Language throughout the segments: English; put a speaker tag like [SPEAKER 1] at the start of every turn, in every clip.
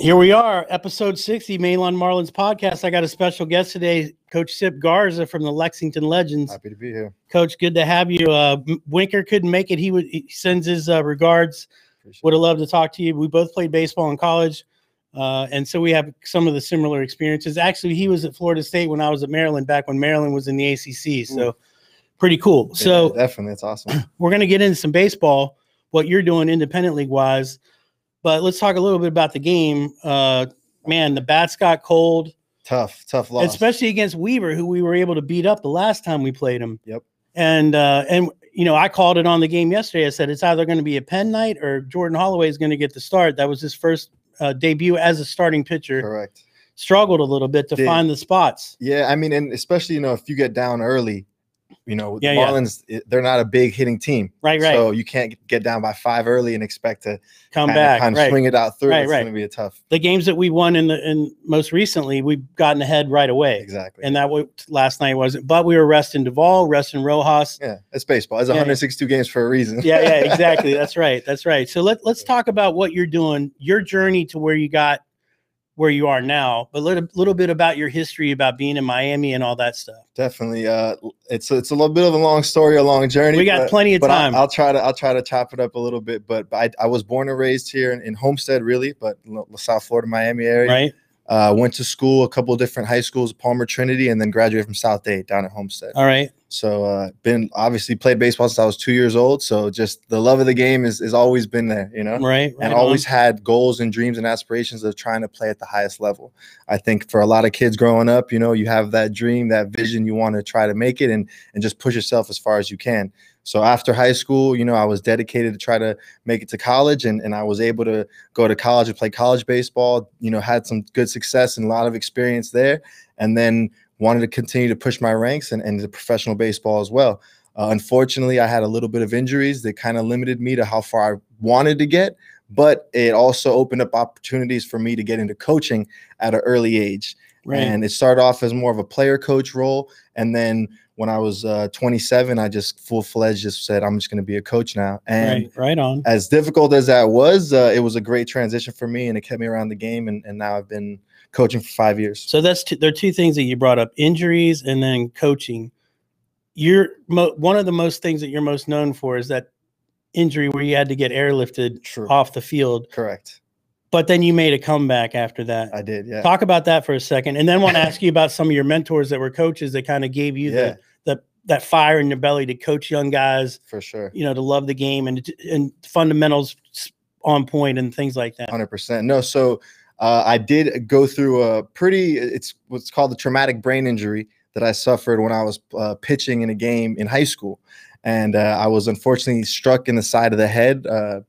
[SPEAKER 1] Here we are, episode 60, Mainland Marlins podcast. I got a special guest today, Coach Sip Garza from the Lexington Legends.
[SPEAKER 2] Happy to be here.
[SPEAKER 1] Coach, good to have you. Uh, M- Winker couldn't make it. He, would he sends his uh, regards.
[SPEAKER 2] Appreciate
[SPEAKER 1] Would have loved to talk to you. We both played baseball in college, uh, and so we have some of the similar experiences. Actually, he was at Florida State when I was at Maryland back when Maryland was in the ACC. So pretty cool.
[SPEAKER 2] it.
[SPEAKER 1] So
[SPEAKER 2] Yeah, definitely, it's awesome.
[SPEAKER 1] we're going to get into some baseball, what you're doing independent league wise, but let's talk a little bit about the game. Uh, man, the bats got cold,
[SPEAKER 2] tough, tough loss.
[SPEAKER 1] especially against Weaver, who we were able to beat up the last time we played him.
[SPEAKER 2] Yep.
[SPEAKER 1] And uh, and you know, I called it on the game yesterday. I said it's either going to be a Penn night or Jordan Holloway is going to get the start. That was his first uh, debut as a starting pitcher.
[SPEAKER 2] Correct.
[SPEAKER 1] Struggled a little bit to
[SPEAKER 2] Did.
[SPEAKER 1] find the spots.
[SPEAKER 2] Yeah, I mean, and especially you know if you get down early, you know
[SPEAKER 1] Yeah,
[SPEAKER 2] the
[SPEAKER 1] yeah.
[SPEAKER 2] Marlins it- they're not a big hitting team,
[SPEAKER 1] Right, right.
[SPEAKER 2] So you can't get down by five early and expect to
[SPEAKER 1] Come
[SPEAKER 2] kinda-
[SPEAKER 1] back.
[SPEAKER 2] kinda
[SPEAKER 1] right.
[SPEAKER 2] swing it out through.
[SPEAKER 1] Right,
[SPEAKER 2] it's
[SPEAKER 1] right.
[SPEAKER 2] going to be a tough.
[SPEAKER 1] The games that we won in the in most recently, we've gotten ahead right away.
[SPEAKER 2] Exactly.
[SPEAKER 1] and that what last night wasn't. But we were resting Duvall, resting Rojas.
[SPEAKER 2] yeah, it's baseball. It's
[SPEAKER 1] Yeah, yeah.
[SPEAKER 2] 162 games for a reason.
[SPEAKER 1] Yeah, yeah, exactly. That's right. That's right. So let let's talk about what you're doing, your journey to where you got where you are now, but a little, little bit about your history about being in Miami and all that stuff.
[SPEAKER 2] definitely. Uh, it's it's a little bit of a long story, a long journey.
[SPEAKER 1] We got
[SPEAKER 2] but-
[SPEAKER 1] plenty of
[SPEAKER 2] but
[SPEAKER 1] time.
[SPEAKER 2] I, will try to I'll try to chop it up a little bit. But I, I was born and raised here in, in Homestead, really, but lo- South Florida, Miami area.
[SPEAKER 1] right?
[SPEAKER 2] Uh, went to school a couple of different high schools, Palmer Trinity, and then graduated from South Dade down at Homestead.
[SPEAKER 1] All right.
[SPEAKER 2] So uh, been obviously played baseball since I was two years old. So just the love of the game is is always been there, you know.
[SPEAKER 1] Right. right
[SPEAKER 2] And
[SPEAKER 1] on.
[SPEAKER 2] always had goals and dreams and aspirations of trying to play at the highest level. I think for a lot of kids growing up, you know, you have that dream, that vision, you want to try to make it and and just push yourself as far as you can. So after high school, you know, I was dedicated to try to make it to college and, and I was able to go to college and play college baseball, you know, had some good success and a lot of experience there. And then wanted to continue to push my ranks and, and the professional baseball as well. Uh, unfortunately, I had a little bit of injuries that kind of limited me to how far I wanted to get, but it also opened up opportunities for me to get into coaching at an early age.
[SPEAKER 1] right.
[SPEAKER 2] And it started off as more of a player coach role. And then when I was uh, 27, I just full fledged just said, I'm just going to be a coach now. And
[SPEAKER 1] right. Right on.
[SPEAKER 2] as difficult as that was, uh, it was a great transition for me and it kept me around the game. And, and now I've been coaching for five years.
[SPEAKER 1] So that's two, there are two things that you brought up: injuries and then coaching. You're mo- one of the most things that you're most known for is that injury where you had to get airlifted
[SPEAKER 2] True.
[SPEAKER 1] off the field,
[SPEAKER 2] Correct.
[SPEAKER 1] but then you made a comeback after that.
[SPEAKER 2] I did. Yeah.
[SPEAKER 1] Talk about that for a second, and then want to ask you about some of your mentors that were coaches that kind of gave you
[SPEAKER 2] Yeah,
[SPEAKER 1] the, the that fire in your belly to coach young guys,
[SPEAKER 2] for sure.
[SPEAKER 1] you know, to love the game and and fundamentals on point and things like that.
[SPEAKER 2] Hundred percent. No, so uh, I did go through a pretty. It's what's called the traumatic brain injury that I suffered when I was uh, pitching in a game in high school, and uh, I was unfortunately struck in the side of the head. Uh,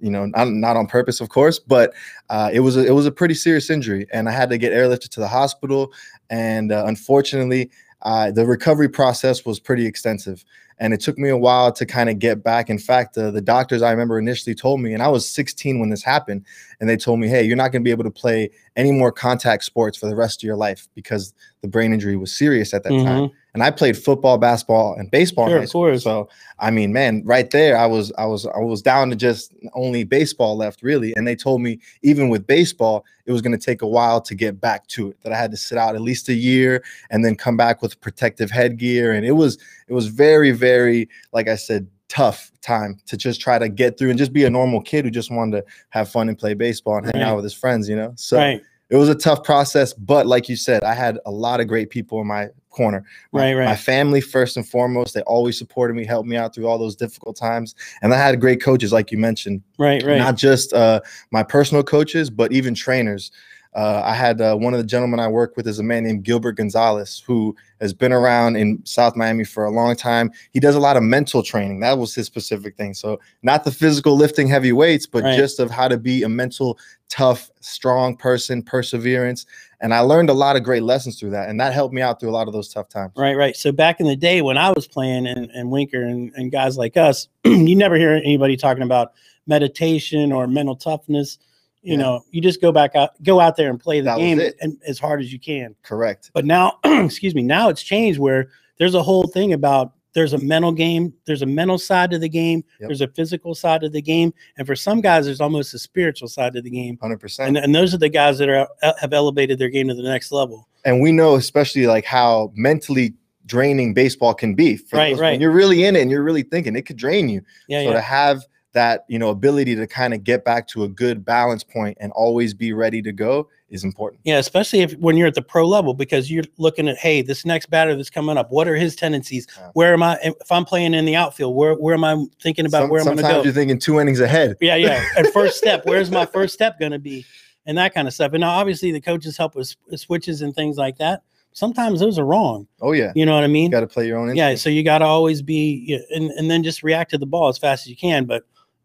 [SPEAKER 2] you know, not, not on purpose, of course, but uh, it was a, it was a pretty serious injury, and I had to get airlifted to the hospital. And uh, unfortunately, uh, the recovery process was pretty extensive, and it took me a while to kind of get back. In fact, uh, the doctors I remember initially told me, and I was 16 when this happened and they told me, "Hey, you're not going to be able to play any more contact sports for the rest of your life because the brain injury was serious at that time."
[SPEAKER 1] Mhm.
[SPEAKER 2] And I played football, basketball, and baseball. in
[SPEAKER 1] Sure,
[SPEAKER 2] high
[SPEAKER 1] of
[SPEAKER 2] school.
[SPEAKER 1] course.
[SPEAKER 2] So I mean, man, right there, I was, I was, I was down to just only baseball left, really. And they told me even with baseball, it was going to take a while to get back to it. That I had to sit out at least a year and then come back with protective headgear. And it was, it was very, very, like I said. Tough time to just try to get through and just be a normal kid who just wanted to have fun and play baseball and hang
[SPEAKER 1] Right.
[SPEAKER 2] out with his friends, you know? So
[SPEAKER 1] right,
[SPEAKER 2] it was a tough process, but like you said, I had a lot of great people in my corner. My-
[SPEAKER 1] right, right.
[SPEAKER 2] My family, first and foremost, they always supported me, helped me out through all those difficult times. And I had great coaches, like you mentioned,
[SPEAKER 1] Right, right.
[SPEAKER 2] not just uh, my personal coaches, but even trainers. Uh, I had uh, one of the gentlemen I work with is a man named Gilbert Gonzalez, who has been around in South Miami for a long time. He does a lot of mental training. That was his specific thing. So not the physical lifting heavy weights, but
[SPEAKER 1] Right.
[SPEAKER 2] just of how to be a mental, tough, strong person, perseverance. And I learned a lot of great lessons through that, and that helped me out through a lot of those tough times.
[SPEAKER 1] Right, right. So back in the day when I was playing and, and Winker and, and guys like us, you never hear anybody talking about meditation or mental toughness. You
[SPEAKER 2] Yeah.
[SPEAKER 1] know, you just go back out, go out there and play the
[SPEAKER 2] That was
[SPEAKER 1] game
[SPEAKER 2] it.
[SPEAKER 1] and, as hard as you can.
[SPEAKER 2] Correct.
[SPEAKER 1] But now, excuse me, now it's changed where there's a whole thing about there's a mental game, there's a mental side to the game,
[SPEAKER 2] Yep.
[SPEAKER 1] there's a physical side to the game, and for some guys, there's almost a spiritual side to the game.
[SPEAKER 2] hundred percent.
[SPEAKER 1] And, and those are the guys that are uh, have elevated their game to the next level.
[SPEAKER 2] and we know especially like how mentally draining baseball can be. For
[SPEAKER 1] Right,
[SPEAKER 2] those-
[SPEAKER 1] right.
[SPEAKER 2] When you're really in it and you're really thinking, it could drain you.
[SPEAKER 1] Yeah,
[SPEAKER 2] so
[SPEAKER 1] yeah.
[SPEAKER 2] to have that, you know, ability to kind of get back to a good balance point and always be ready to go is important.
[SPEAKER 1] Yeah, especially if when you're at the pro level, because you're looking at, hey, this next batter that's coming up, what are his tendencies?
[SPEAKER 2] Yeah.
[SPEAKER 1] Where am I? If I'm playing in the outfield, where where am I thinking about
[SPEAKER 2] Some-
[SPEAKER 1] where I'm going to
[SPEAKER 2] sometimes
[SPEAKER 1] go?
[SPEAKER 2] you're thinking two innings ahead.
[SPEAKER 1] Yeah, yeah. And first step, where's my first step going to be? And that kind of stuff. And now, obviously, the coaches help with s- switches and things like that. Sometimes those are wrong.
[SPEAKER 2] Oh yeah,
[SPEAKER 1] You know what I mean?
[SPEAKER 2] you got to play your own.
[SPEAKER 1] yeah.
[SPEAKER 2] instinct.
[SPEAKER 1] So you got to always be, yeah, and, and then just react to the ball as fast as you can. But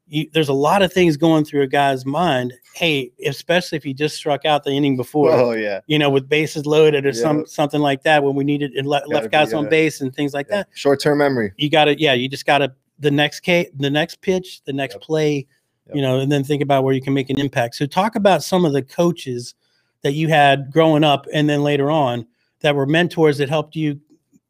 [SPEAKER 1] you, there's a lot of things going through a guy's mind. Hey, especially if he just struck out the inning before
[SPEAKER 2] Oh yeah.
[SPEAKER 1] you know, with bases loaded or
[SPEAKER 2] Yeah.
[SPEAKER 1] some something like that when we needed and le-
[SPEAKER 2] Gotta
[SPEAKER 1] left
[SPEAKER 2] be,
[SPEAKER 1] guys on
[SPEAKER 2] uh,
[SPEAKER 1] base and things like that.
[SPEAKER 2] Short-term memory.
[SPEAKER 1] You got to, yeah, you just got to the next K, the next pitch, the next
[SPEAKER 2] Yep.
[SPEAKER 1] play,
[SPEAKER 2] Yep.
[SPEAKER 1] you know, and then think about where you can make an impact. So talk about some of the coaches that you had growing up and then later on that were mentors that helped you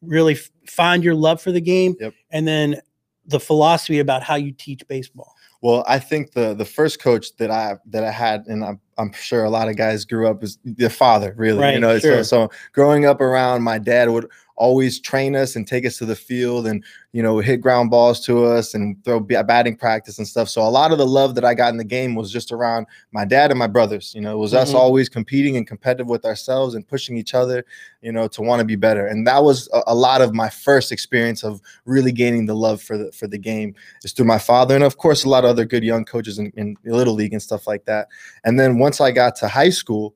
[SPEAKER 1] really f- find your love for the game
[SPEAKER 2] Yep.
[SPEAKER 1] and then the philosophy about how you teach baseball.
[SPEAKER 2] Well, I think the the first coach that I that I had, and I'm I'm sure a lot of guys grew up is their father, really. you
[SPEAKER 1] Right,
[SPEAKER 2] know,
[SPEAKER 1] sure.
[SPEAKER 2] so, so growing up around my dad would always train us and take us to the field and you know hit ground balls to us and throw b- batting practice and stuff so a lot of the love that i got in the game was just around my dad and my brothers you know it was us
[SPEAKER 1] Mhm.
[SPEAKER 2] always competing and competitive with ourselves and pushing each other you know to want to be better and that was a, a lot of my first experience of really gaining the love for the for the game is through my father and of course a lot of other good young coaches in, in little league and stuff like that and then once i got to high school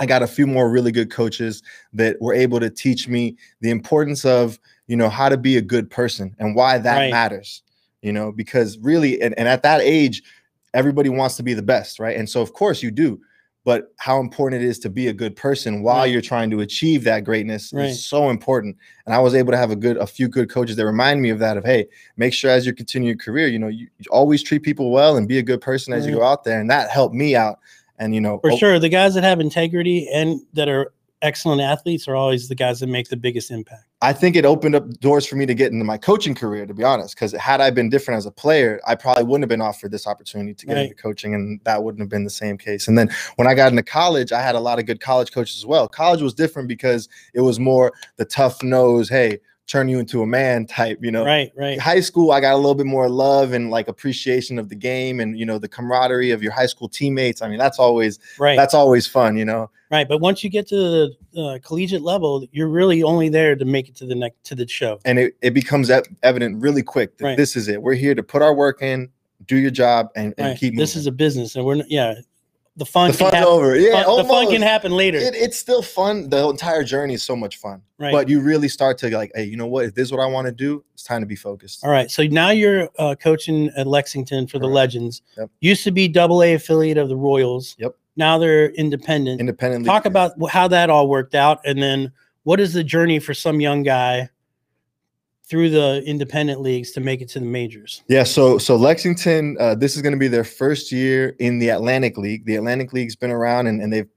[SPEAKER 2] i got a few more really good coaches that were able to teach me the importance of you know how to be a good person and why that
[SPEAKER 1] Right.
[SPEAKER 2] matters you know because really and, and at that age everybody wants to be the best right and so of course you do but how important it is to be a good person while
[SPEAKER 1] Right.
[SPEAKER 2] you're trying to achieve that greatness
[SPEAKER 1] Right.
[SPEAKER 2] is so important and i was able to have a good a few good coaches that remind me of that of hey make sure as you continue your career you know you, you always treat people well and be a good person as you
[SPEAKER 1] Right.
[SPEAKER 2] go out there and that helped me out and you know
[SPEAKER 1] For
[SPEAKER 2] o-
[SPEAKER 1] sure, the guys that have integrity and that are excellent athletes are always the guys that make the biggest impact.
[SPEAKER 2] I think it opened up doors for me to get into my coaching career, to be honest. Because had I been different as a player, I probably wouldn't have been offered this opportunity to get
[SPEAKER 1] Right.
[SPEAKER 2] into coaching, and that wouldn't have been the same case. And then when I got into college, I had a lot of good college coaches as well. College was different because it was more the tough nose, hey, turn you into a man type, you know.
[SPEAKER 1] Right, right.
[SPEAKER 2] High school, I got a little bit more love and like appreciation of the game, and you know the camaraderie of your high school teammates. I mean, that's always
[SPEAKER 1] Right,
[SPEAKER 2] that's always fun, you know.
[SPEAKER 1] right. But once you get to the uh, collegiate level, you're really only there to make it to the next to the show.
[SPEAKER 2] and it, it becomes ev- evident really quick that
[SPEAKER 1] Right.
[SPEAKER 2] this is it. We're here to put our work in, do your job, and, and
[SPEAKER 1] Right.
[SPEAKER 2] keep moving.
[SPEAKER 1] This is a business, and we're not, yeah. The fun,
[SPEAKER 2] the
[SPEAKER 1] can
[SPEAKER 2] fun's
[SPEAKER 1] happen,
[SPEAKER 2] over. Yeah,
[SPEAKER 1] fun- the fun
[SPEAKER 2] almost.
[SPEAKER 1] can happen later.
[SPEAKER 2] It, it's still fun. The entire journey is so much fun,
[SPEAKER 1] right.
[SPEAKER 2] but you really start to like, hey, you know what? If this is what I want to do, it's time to be focused.
[SPEAKER 1] All right. So now you're uh, coaching at Lexington for the
[SPEAKER 2] Correct.
[SPEAKER 1] Legends.
[SPEAKER 2] Yep.
[SPEAKER 1] Used to be Double A affiliate of the Royals.
[SPEAKER 2] Yep.
[SPEAKER 1] Now they're independent.
[SPEAKER 2] Independently,
[SPEAKER 1] Talk about wh- how that all worked out, and then what is the journey for some young guy through the independent leagues to make it to the majors?
[SPEAKER 2] Yeah, so so Lexington, uh, this is going to be their first year in the Atlantic League. The Atlantic League's been around, and, and they've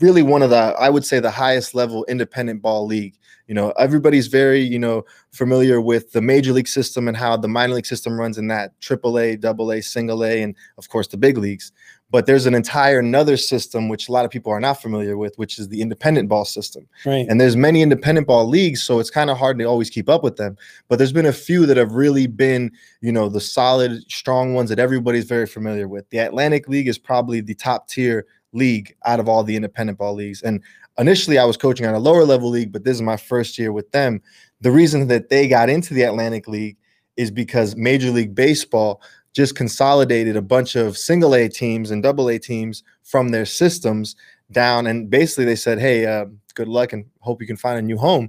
[SPEAKER 2] really one of the, I would say, the highest level independent ball league. You know, everybody's very, you know, familiar with the major league system and how the minor league system runs in that triple A, double A, single A, and of course the big leagues. But there's an entire another system which a lot of people are not familiar with, which is the independent ball system
[SPEAKER 1] Right.
[SPEAKER 2] and there's many independent ball leagues so it's kind of hard to always keep up with them but there's been a few that have really been you know the solid strong ones that everybody's very familiar with the atlantic league is probably the top tier league out of all the independent ball leagues and initially i was coaching on a lower level league but this is my first year with them the reason that they got into the atlantic league is because major league baseball just consolidated a bunch of single a teams and double a teams from their systems down and basically they said hey uh, good luck and hope you can find a new home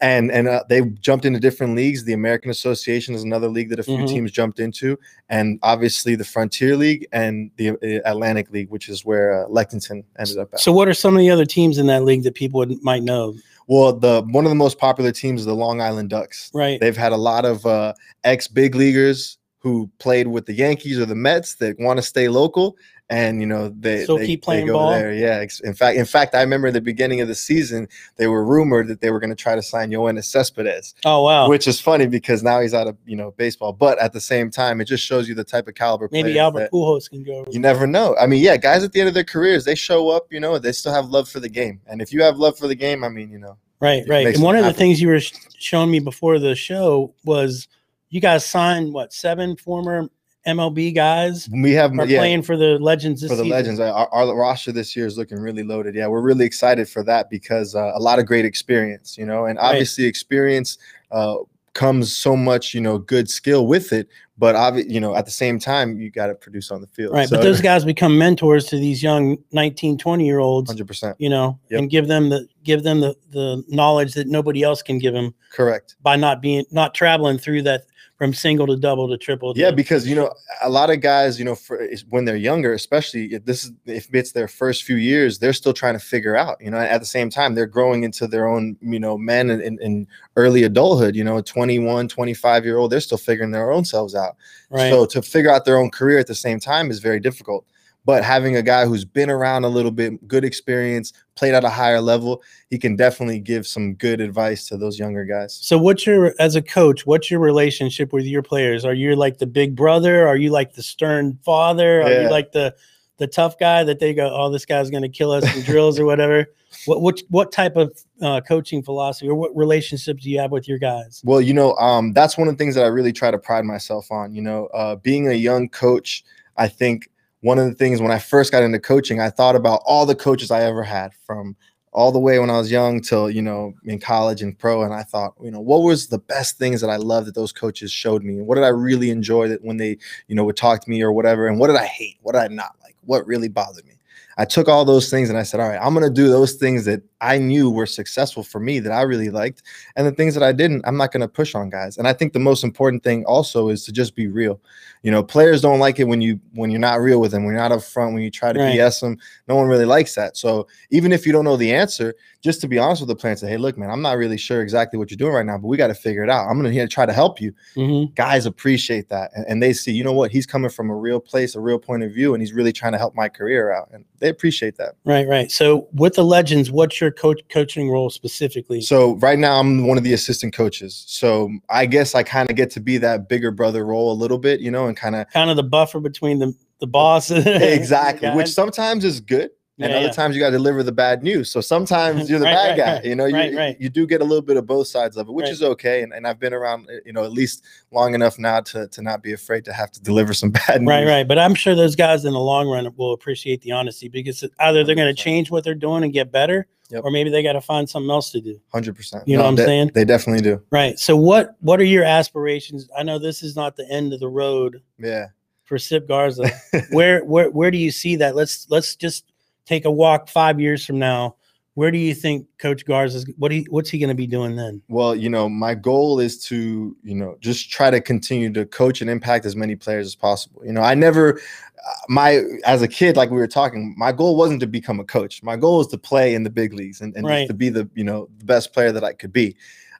[SPEAKER 2] and and uh, they jumped into different leagues the american association is another league that a few
[SPEAKER 1] Mhm.
[SPEAKER 2] teams jumped into and obviously the frontier league and the uh, atlantic league which is where uh, lexington ended up at
[SPEAKER 1] So, what are some of the other teams in that league that people would, might know?
[SPEAKER 2] well the one of the most popular teams is the long island ducks
[SPEAKER 1] Right.
[SPEAKER 2] They've had a lot of uh, ex big leaguers who played with the Yankees or the Mets that want to stay local, and you know they
[SPEAKER 1] Still
[SPEAKER 2] they,
[SPEAKER 1] keep
[SPEAKER 2] they
[SPEAKER 1] playing
[SPEAKER 2] go
[SPEAKER 1] ball?
[SPEAKER 2] there. Yeah, ex- in fact, in fact, I remember the beginning of the season they were rumored that they were going to try to sign Yoenis Cespedes,
[SPEAKER 1] Oh wow.
[SPEAKER 2] which is funny because now he's out of you know baseball, but at the same time, it just shows you the type of caliber.
[SPEAKER 1] Maybe
[SPEAKER 2] players
[SPEAKER 1] Albert
[SPEAKER 2] that-
[SPEAKER 1] Pujols can go. Over
[SPEAKER 2] you never know. I mean, yeah, guys at the end of their careers, they show up, you know, they still have love for the game. And if you have love for the game, I mean, you know,
[SPEAKER 1] Right,
[SPEAKER 2] It
[SPEAKER 1] right.
[SPEAKER 2] makes
[SPEAKER 1] And
[SPEAKER 2] it
[SPEAKER 1] one of the
[SPEAKER 2] happen.
[SPEAKER 1] things you were sh- showing me before the show was you guys signed what seven former MLB guys
[SPEAKER 2] we have
[SPEAKER 1] are
[SPEAKER 2] Um, yeah,
[SPEAKER 1] playing for the Legends this
[SPEAKER 2] for the
[SPEAKER 1] season.
[SPEAKER 2] legends. Our, our roster this year is looking really loaded. Yeah, we're really excited for that because uh, a lot of great experience, you know, and
[SPEAKER 1] Right.
[SPEAKER 2] obviously experience uh, comes so much, you know, good skill with it. But obvi- you know, at the same time, you got to produce on the field.
[SPEAKER 1] Right,
[SPEAKER 2] so,
[SPEAKER 1] but those guys become mentors to these young 19, 20 year olds,
[SPEAKER 2] 100%
[SPEAKER 1] you know,
[SPEAKER 2] Yep.
[SPEAKER 1] and give them the give them the the knowledge that nobody else can give them
[SPEAKER 2] correct.
[SPEAKER 1] by not being not traveling through that from single to double to triple. to-
[SPEAKER 2] Yeah, because you know a lot of guys, you know, for, is- when they're younger, especially if this is if it's their first few years, they're still trying to figure out. You know, at the same time, they're growing into their own, you know, men in, in, in early adulthood. You know, 21, 25 year old, they're still figuring their own selves out.
[SPEAKER 1] right.
[SPEAKER 2] So to figure out their own career at the same time is very difficult. But having a guy who's been around a little bit, good experience, played at a higher level, he can definitely give some good advice to those younger guys.
[SPEAKER 1] So what's your as a coach, what's your relationship with your players? Are you like the big brother? Are you like the stern father? Are
[SPEAKER 2] Yeah.
[SPEAKER 1] you like the the tough guy that they go, oh, this guy's gonna kill us in drills or whatever? What what what type of uh, coaching philosophy or what relationship do you have with your guys?
[SPEAKER 2] Well, you know, um, that's one of the things that I really try to pride myself on. You know, uh, being a young coach, I think one of the things when I first got into coaching, I thought about all the coaches I ever had from all the way when I was young till, you know, in college and pro. And I thought, you know, what was the best things that I loved that those coaches showed me? What did I really enjoy that when they, you know, would talk to me or whatever? And what did I hate? What did I not like? What really bothered me? I took all those things and I said, all right, I'm going to do those things that I knew were successful for me that I really liked and the things that I didn't, I'm not going to push on guys. And I think the most important thing also is to just be real. You know, players don't like it when you when you're not real with them, when you're not up front, when you try to
[SPEAKER 1] Right.
[SPEAKER 2] BS them. No one really likes that. So even if you don't know the answer, just to be honest with the player and say, "Hey, look, man, I'm not really sure exactly what you're doing right now, but we got to figure it out. I'm going to here to try to help you."
[SPEAKER 1] Mm-hmm.
[SPEAKER 2] Guys appreciate that, and, and they see, you know what, he's coming from a real place, a real point of view, and he's really trying to help my career out, and they appreciate that.
[SPEAKER 1] Right, right. So with the legends, what's your coach coaching role specifically?
[SPEAKER 2] So right now I'm one of the assistant coaches. So I guess I kind of get to be that bigger brother role a little bit, you know, and kind of
[SPEAKER 1] kind of the buffer between the the boss and the
[SPEAKER 2] exactly, which
[SPEAKER 1] guys?
[SPEAKER 2] sometimes is good. And
[SPEAKER 1] Yeah,
[SPEAKER 2] other
[SPEAKER 1] yeah.
[SPEAKER 2] times you got to deliver the bad news. So sometimes you're the
[SPEAKER 1] Right, right,
[SPEAKER 2] bad guy.
[SPEAKER 1] right,
[SPEAKER 2] You know, you,
[SPEAKER 1] right, right.
[SPEAKER 2] you do get a little bit of both sides of it, which
[SPEAKER 1] Right.
[SPEAKER 2] is okay. And, and I've been around, uh, you know, at least long enough now to, to not be afraid to have to deliver some bad news.
[SPEAKER 1] Right, right. But I'm sure those guys in the long run will appreciate the honesty because either they're going to
[SPEAKER 2] 100%.
[SPEAKER 1] change what they're doing and get better,
[SPEAKER 2] Yep.
[SPEAKER 1] or maybe they got to find something else to do.
[SPEAKER 2] Hundred percent.
[SPEAKER 1] You know what I'm saying?
[SPEAKER 2] They definitely do.
[SPEAKER 1] Right. So what what are your aspirations? I know this is not the end of the road
[SPEAKER 2] Yeah.
[SPEAKER 1] for Sip Garza. where where where do you see that? Let's let's just take a walk five years from now. Where do you think Coach Garza's what do you, what's he going to be doing then?
[SPEAKER 2] Well, you know, my goal is to, you know, just try to continue to coach and impact as many players as possible. You know, I never, uh, my, as a kid, like we were talking, my goal wasn't to become a coach. My goal was to play in the big leagues and, and just
[SPEAKER 1] Right.
[SPEAKER 2] to be the, you know, the best player that I could be.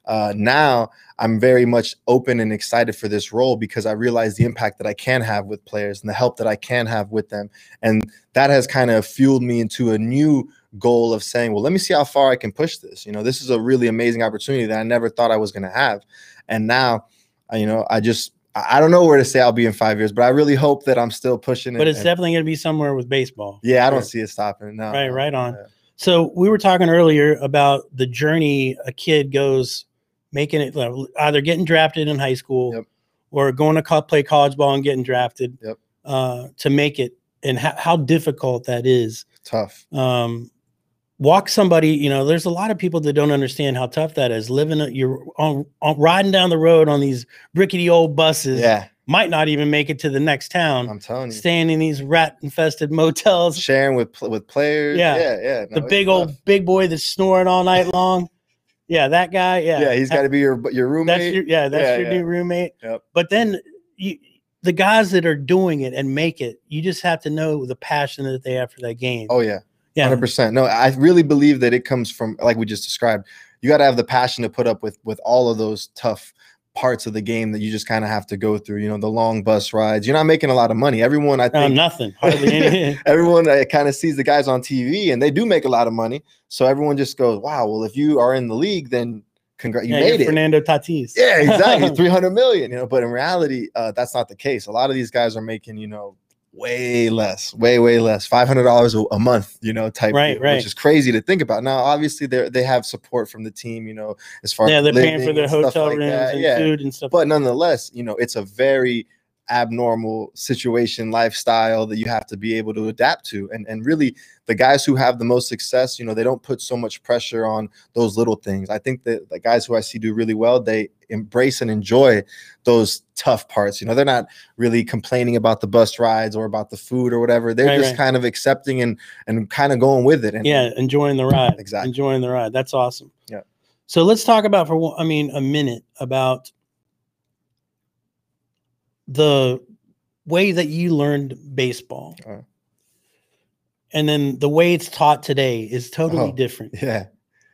[SPEAKER 2] Uh, now I'm very much open and excited for this role because I realize the impact that I can have with players and the help that I can have with them. And that has kind of fueled me into a new goal of saying, well, let me see how far I can push this. You know, this is a really amazing opportunity that I never thought I was going to have. And now, I- you know, I just, I I don't know where to say I'll be in five years, but I really hope that I'm still pushing it.
[SPEAKER 1] But it's
[SPEAKER 2] and-
[SPEAKER 1] definitely going to be somewhere with baseball.
[SPEAKER 2] yeah, I don't
[SPEAKER 1] Sure.
[SPEAKER 2] see it stopping. No.
[SPEAKER 1] Right, right on.
[SPEAKER 2] Uh-huh. Yeah.
[SPEAKER 1] So we were talking earlier about the journey a kid goes making it well, either getting drafted in high school
[SPEAKER 2] Yep.
[SPEAKER 1] or going to co- play college ball and getting drafted
[SPEAKER 2] Yep.
[SPEAKER 1] uh, to make it and how, how difficult that is.
[SPEAKER 2] Tough.
[SPEAKER 1] Um, walk somebody, you know, there's a lot of people that don't understand how tough that is. Living, a- you're on, on riding down the road on these rickety old buses,
[SPEAKER 2] Yeah,
[SPEAKER 1] might not even make it to the next town,
[SPEAKER 2] I'm telling you.
[SPEAKER 1] staying in these rat infested motels
[SPEAKER 2] Sharing with pl- with players.
[SPEAKER 1] Yeah.
[SPEAKER 2] Yeah, yeah.
[SPEAKER 1] the
[SPEAKER 2] no, it's
[SPEAKER 1] big
[SPEAKER 2] tough.
[SPEAKER 1] old big boy that's snoring all night long. Yeah, that guy. Yeah,
[SPEAKER 2] Yeah, he's got to be your your roommate.
[SPEAKER 1] That's your yeah, that's
[SPEAKER 2] Yeah,
[SPEAKER 1] your
[SPEAKER 2] yeah.
[SPEAKER 1] new roommate.
[SPEAKER 2] Yep.
[SPEAKER 1] But then you, the guys that are doing it and make it, you just have to know the passion that they have for that game.
[SPEAKER 2] oh yeah.
[SPEAKER 1] yeah,
[SPEAKER 2] hundred percent. No, I really believe that it comes from like we just described. You got to have the passion to put up with with all of those tough parts of the game that you just kind of have to go through. You know, the long bus rides. You're not making a lot of money. Everyone, I
[SPEAKER 1] Uh,
[SPEAKER 2] think,
[SPEAKER 1] nothing. Hardly any.
[SPEAKER 2] everyone uh, kind of sees the guys on TV and they do make a lot of money. So everyone just goes, "Wow, well, if you are in the league, then congrats, you
[SPEAKER 1] Yeah,
[SPEAKER 2] made
[SPEAKER 1] you're
[SPEAKER 2] it."
[SPEAKER 1] Fernando Tatis.
[SPEAKER 2] Yeah, exactly. 300 million, you know, but in reality, uh, that's not the case. A lot of these guys are making, you know, way less, way, way less, $500 a- a month, you know, type,
[SPEAKER 1] Right,
[SPEAKER 2] deal,
[SPEAKER 1] right.
[SPEAKER 2] which is crazy to think about. Now, obviously, they they have support from the team, you know, as far
[SPEAKER 1] yeah,
[SPEAKER 2] as
[SPEAKER 1] they're paying for
[SPEAKER 2] living
[SPEAKER 1] their
[SPEAKER 2] and stuff
[SPEAKER 1] hotel
[SPEAKER 2] like
[SPEAKER 1] rooms
[SPEAKER 2] that.
[SPEAKER 1] and
[SPEAKER 2] yeah.
[SPEAKER 1] food and stuff.
[SPEAKER 2] But nonetheless, you know, it's a very abnormal situation, lifestyle that you have to be able to adapt to. And and really the guys who have the most success, you know, they don't put so much pressure on those little things. I think that the guys who I see do really well, they embrace and enjoy those tough parts. You know, they're not really complaining about the bus rides or about the food or whatever. They're
[SPEAKER 1] Right,
[SPEAKER 2] just
[SPEAKER 1] right.
[SPEAKER 2] kind of accepting and and kind of going with it. And
[SPEAKER 1] yeah, enjoying the ride.
[SPEAKER 2] Exactly.
[SPEAKER 1] Enjoying the ride. That's awesome.
[SPEAKER 2] Yeah.
[SPEAKER 1] So let's talk about for one- I mean a minute about the way that you learned baseball.
[SPEAKER 2] All right.
[SPEAKER 1] And then the way it's taught today is totally
[SPEAKER 2] Oh,
[SPEAKER 1] different.
[SPEAKER 2] yeah.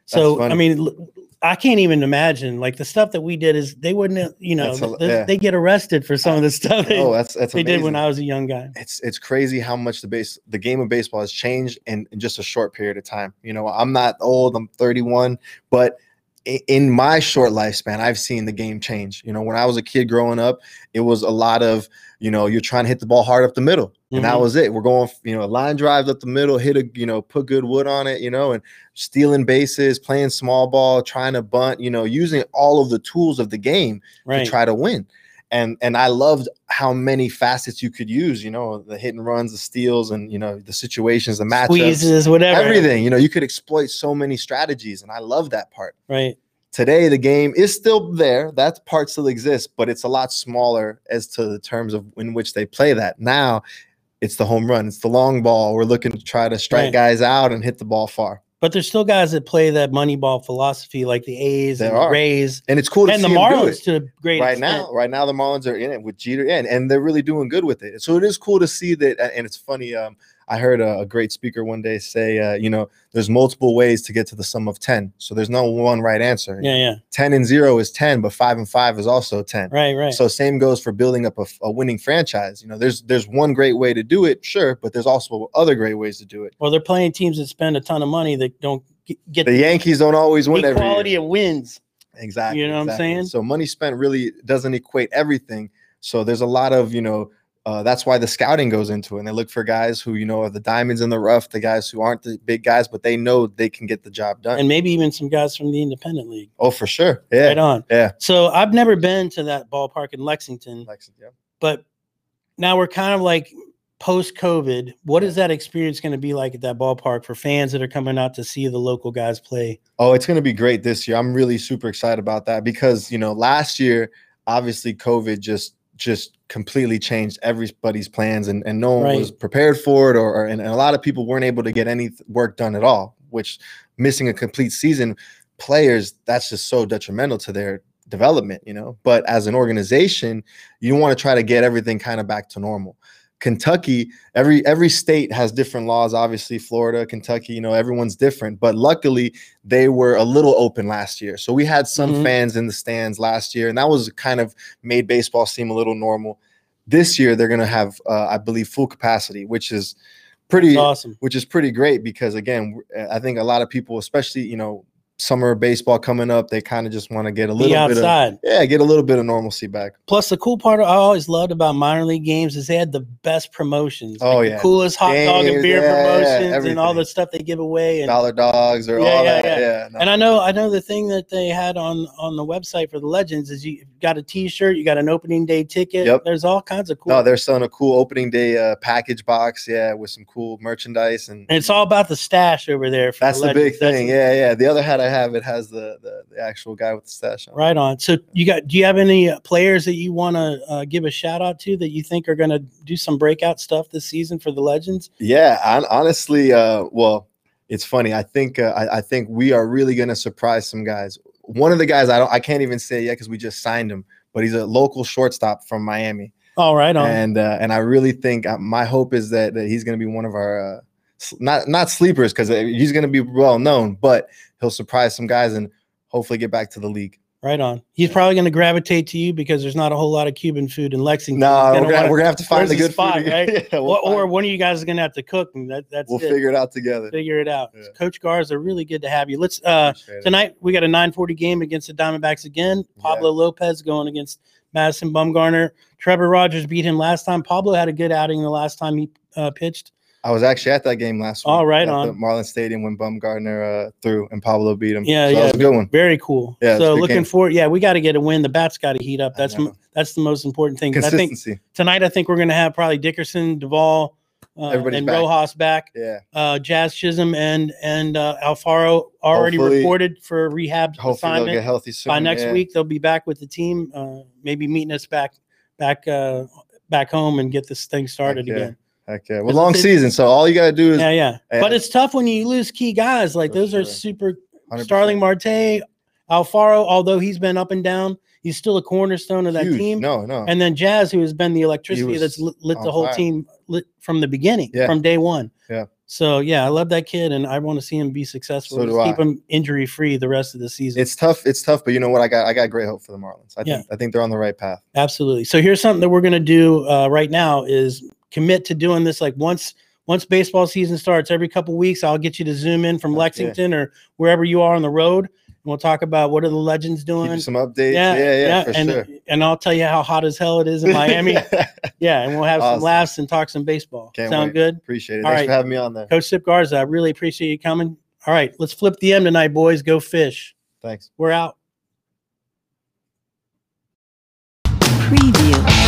[SPEAKER 1] So
[SPEAKER 2] funny.
[SPEAKER 1] I mean, l- I can't even imagine like the stuff that we did is they wouldn't you know
[SPEAKER 2] That's a-
[SPEAKER 1] they,
[SPEAKER 2] yeah.
[SPEAKER 1] they get arrested for some of the stuff they,
[SPEAKER 2] Oh, that's that's
[SPEAKER 1] they did when
[SPEAKER 2] amazing.
[SPEAKER 1] I was a young guy.
[SPEAKER 2] it's it's crazy how much the base the game of baseball has changed in, in just a short period of time. You know, I'm not old, I'm 31, but i- in my short lifespan, I've seen the game change. You know, when I was a kid growing up, it was a lot of, you know, you're trying to hit the ball hard up the middle. And that
[SPEAKER 1] Mhm.
[SPEAKER 2] was it. We're going, you know, line drives up the middle, hit a, you know, put good wood on it, you know, and stealing bases, playing small ball, trying to bunt, you know, using all of the tools of the game
[SPEAKER 1] Right.
[SPEAKER 2] to try to win. And and I loved how many facets you could use. You know, the hit and runs, the steals, and you know the situations, the matchups,
[SPEAKER 1] Squeezes, whatever.
[SPEAKER 2] everything. You know, you could exploit so many strategies, and I love that part.
[SPEAKER 1] Right.
[SPEAKER 2] Today, the game is still there. That part still exists, but it's a lot smaller as to the terms of in which they play that. Now, it's the home run. It's the long ball. We're looking to try to strike
[SPEAKER 1] Right.
[SPEAKER 2] guys out and hit the ball far.
[SPEAKER 1] But there's still guys that play that money ball philosophy, like the A's
[SPEAKER 2] There
[SPEAKER 1] and the
[SPEAKER 2] are.
[SPEAKER 1] Rays
[SPEAKER 2] And it's cool to
[SPEAKER 1] and
[SPEAKER 2] see
[SPEAKER 1] the
[SPEAKER 2] them do it.
[SPEAKER 1] Marlins to a great
[SPEAKER 2] right
[SPEAKER 1] extent.
[SPEAKER 2] now right now the marlins are in it with jeter in and they're really doing good with it so it is cool to see that a- and it's funny um i heard a, a great speaker one day say uh, you know there's multiple ways to get to the sum of 10 so there's no one right answer
[SPEAKER 1] Yeah, yeah.
[SPEAKER 2] 10 and 0 is 10 but 5 and 5 is also 10
[SPEAKER 1] Right, right.
[SPEAKER 2] so same goes for building up a, f- a winning franchise you know there's there's one great way to do it sure but there's also other great ways to do it
[SPEAKER 1] well, they're playing teams that spend a ton of money that don't g- get
[SPEAKER 2] the yankees don't always win every year.
[SPEAKER 1] equality of wins.
[SPEAKER 2] Exactly.
[SPEAKER 1] know what I'm
[SPEAKER 2] exactly.
[SPEAKER 1] saying?
[SPEAKER 2] So money spent really doesn't equate everything. So there's a lot of, you know, uh, that's why the scouting goes into it. And they look for guys who, you know, are the diamonds in the rough, the guys who aren't the big guys, but they know they can get the job done.
[SPEAKER 1] And maybe even some guys from the independent league.
[SPEAKER 2] oh, for sure. Yeah.
[SPEAKER 1] Right on.
[SPEAKER 2] Yeah.
[SPEAKER 1] So I've never been to that ballpark in Lexington,
[SPEAKER 2] Lexi, yeah.
[SPEAKER 1] but now we're kind of like post COVID. What is that experience going to be like at that ballpark for fans that are coming out to see the local guys play?
[SPEAKER 2] Oh, it's going to be great this year. I'm really super excited about that because, you know, last year, obviously COVID just just completely changed everybody's plans and, and no one was prepared for it or, or and, and a lot of people weren't able to get any th- work done at all, which missing a complete season players that's just so detrimental to their development, you know. But as an organization, you want to try to get everything kind of back to normal. Kentucky, every every state has different laws, obviously Florida, Kentucky, you know, everyone's different, but luckily they were a little open last year. So we had some
[SPEAKER 1] Mhm.
[SPEAKER 2] fans in the stands last year, and that was kind of made baseball seem a little normal. This year they're going to have, uh, I believe, full capacity, which is pretty,
[SPEAKER 1] It's awesome.
[SPEAKER 2] which is pretty great because again, w- I think a lot of people, especially you know, summer baseball coming up, they kind of just want to get a
[SPEAKER 1] Be
[SPEAKER 2] little bit of
[SPEAKER 1] outside.
[SPEAKER 2] yeah, get a little bit of normalcy back.
[SPEAKER 1] Plus, the cool part I always loved about minor league games is they had the best promotions.
[SPEAKER 2] Oh,
[SPEAKER 1] the
[SPEAKER 2] yeah.
[SPEAKER 1] coolest hot dog and
[SPEAKER 2] Games,
[SPEAKER 1] beer
[SPEAKER 2] yeah, yeah,
[SPEAKER 1] promotions and all
[SPEAKER 2] everything.
[SPEAKER 1] the stuff they give away. And,
[SPEAKER 2] Dollar dogs or
[SPEAKER 1] Yeah,
[SPEAKER 2] all
[SPEAKER 1] yeah,
[SPEAKER 2] that. Yeah. no.
[SPEAKER 1] and I know, I know the thing that they had on on the website for the legends is you got a T-shirt, you got an opening day ticket.
[SPEAKER 2] Yep.
[SPEAKER 1] There's all kinds of cool.
[SPEAKER 2] no, they're selling a cool opening day uh, package box, yeah, with some cool merchandise and
[SPEAKER 1] and it's all about the stash over there. For
[SPEAKER 2] That's the big
[SPEAKER 1] Legends. That's-
[SPEAKER 2] thing. Yeah, yeah. The other hat I have, it has the the, the actual guy with the stash on.
[SPEAKER 1] Right on. So you got? Do you have any uh, players that you want to uh, give a shout out to that you think are going to do some breakout stuff this season for the legends?
[SPEAKER 2] Yeah, I, honestly, uh, well, it's funny. I think uh, I, I think we are really gonna surprise some guys. One of the guys I don't I can't even say yet because we just signed him, but he's a local shortstop from Miami,
[SPEAKER 1] All right on.
[SPEAKER 2] and uh, and I really think uh, my hope is that that he's gonna be one of our uh, s- not not uh, sleepers because he's gonna be well known, but he'll surprise some guys and hopefully get back to the league.
[SPEAKER 1] Right on. He's probably going to gravitate to you because there's not a whole lot of Cuban food in Lexington.
[SPEAKER 2] No,
[SPEAKER 1] He's
[SPEAKER 2] we're
[SPEAKER 1] gonna
[SPEAKER 2] gonna,
[SPEAKER 1] wanna-
[SPEAKER 2] we're gonna have to find
[SPEAKER 1] where's
[SPEAKER 2] the
[SPEAKER 1] the
[SPEAKER 2] good
[SPEAKER 1] spot,
[SPEAKER 2] food.
[SPEAKER 1] right?
[SPEAKER 2] Yeah, we'll
[SPEAKER 1] or, or
[SPEAKER 2] find-
[SPEAKER 1] one of you guys is going to have to cook, and that, that's
[SPEAKER 2] we'll
[SPEAKER 1] it.
[SPEAKER 2] figure it out together.
[SPEAKER 1] Figure it out.
[SPEAKER 2] Yeah.
[SPEAKER 1] Coach Garza, really good to have you. Let's uh,
[SPEAKER 2] Appreciate it.
[SPEAKER 1] tonight we got a 9:40 game against the Diamondbacks again. Pablo Lopez going against Madison Bumgarner. Trevor Rogers beat him last time. Pablo had a good outing the last time he uh, pitched.
[SPEAKER 2] I was actually at that game last week.
[SPEAKER 1] All right,
[SPEAKER 2] at
[SPEAKER 1] on.
[SPEAKER 2] the Marlin Stadium when Bumgarner uh, threw and Pablo beat him.
[SPEAKER 1] Yeah,
[SPEAKER 2] so
[SPEAKER 1] yeah.
[SPEAKER 2] That was a good one.
[SPEAKER 1] Very cool.
[SPEAKER 2] Yeah, it's a
[SPEAKER 1] so
[SPEAKER 2] good
[SPEAKER 1] looking
[SPEAKER 2] game.
[SPEAKER 1] forward. Yeah, we got to get a win. The bats got to heat up.
[SPEAKER 2] I
[SPEAKER 1] That's
[SPEAKER 2] know.
[SPEAKER 1] that's the most important thing. But I think
[SPEAKER 2] Consistency.
[SPEAKER 1] tonight I think we're going to have probably Dickerson, Duvall, uh,
[SPEAKER 2] Everybody's
[SPEAKER 1] and
[SPEAKER 2] back.
[SPEAKER 1] Rojas back.
[SPEAKER 2] yeah.
[SPEAKER 1] Uh, Jazz Chisholm and and uh, Alfaro already
[SPEAKER 2] Hopefully-
[SPEAKER 1] reported for rehab
[SPEAKER 2] Hopefully they'll get
[SPEAKER 1] assignment.
[SPEAKER 2] healthy soon.
[SPEAKER 1] By next
[SPEAKER 2] yeah.
[SPEAKER 1] week they'll be back with the team. Uh, maybe meeting us back back uh, back home and get this thing started
[SPEAKER 2] yeah.
[SPEAKER 1] again.
[SPEAKER 2] Heck yeah. Well,
[SPEAKER 1] It's-
[SPEAKER 2] long
[SPEAKER 1] it's-
[SPEAKER 2] season. So all you gotta do is
[SPEAKER 1] Yeah, yeah.
[SPEAKER 2] Yeah.
[SPEAKER 1] But it's tough when you lose key guys like
[SPEAKER 2] For
[SPEAKER 1] those are
[SPEAKER 2] sure.
[SPEAKER 1] super
[SPEAKER 2] 100%.
[SPEAKER 1] Starling Marte, Alfaro. Although he's been up and down, he's still a cornerstone of that
[SPEAKER 2] Huge.
[SPEAKER 1] team.
[SPEAKER 2] No, no.
[SPEAKER 1] and then Jazz, who has been the electricity
[SPEAKER 2] Oh. was
[SPEAKER 1] that's lit, lit the
[SPEAKER 2] on
[SPEAKER 1] whole
[SPEAKER 2] fire.
[SPEAKER 1] team lit from the beginning,
[SPEAKER 2] Yeah.
[SPEAKER 1] from day one.
[SPEAKER 2] Yeah.
[SPEAKER 1] So yeah, I love that kid, and I want to see him be successful.
[SPEAKER 2] So
[SPEAKER 1] Just
[SPEAKER 2] do
[SPEAKER 1] keep
[SPEAKER 2] I.
[SPEAKER 1] him injury free the rest of the season.
[SPEAKER 2] it's tough. It's tough, but you know what? I got I got great hope for the Marlins. I
[SPEAKER 1] Yeah.
[SPEAKER 2] think I think they're on the right path.
[SPEAKER 1] Absolutely. So here's something that we're gonna do uh, right now is commit to doing this like once once baseball season starts every couple weeks i'll get you to zoom in from
[SPEAKER 2] Okay.
[SPEAKER 1] lexington or wherever you are on the road and we'll talk about what are the legends
[SPEAKER 2] Keep
[SPEAKER 1] doing
[SPEAKER 2] you some updates. Yeah, yeah, for
[SPEAKER 1] and,
[SPEAKER 2] sure.
[SPEAKER 1] and i'll tell you how hot as hell it is in miami Yeah, and we'll have some
[SPEAKER 2] Awesome.
[SPEAKER 1] laughs and talk some baseball.
[SPEAKER 2] Can't
[SPEAKER 1] Sound
[SPEAKER 2] wait.
[SPEAKER 1] good?
[SPEAKER 2] Appreciate it.
[SPEAKER 1] All
[SPEAKER 2] Thanks
[SPEAKER 1] right.
[SPEAKER 2] for having me on there.
[SPEAKER 1] Coach Sip Garza, I really appreciate you coming. All right, let's flip the M tonight, boys. Go fish.
[SPEAKER 2] Thanks.
[SPEAKER 1] We're out.
[SPEAKER 3] Preview.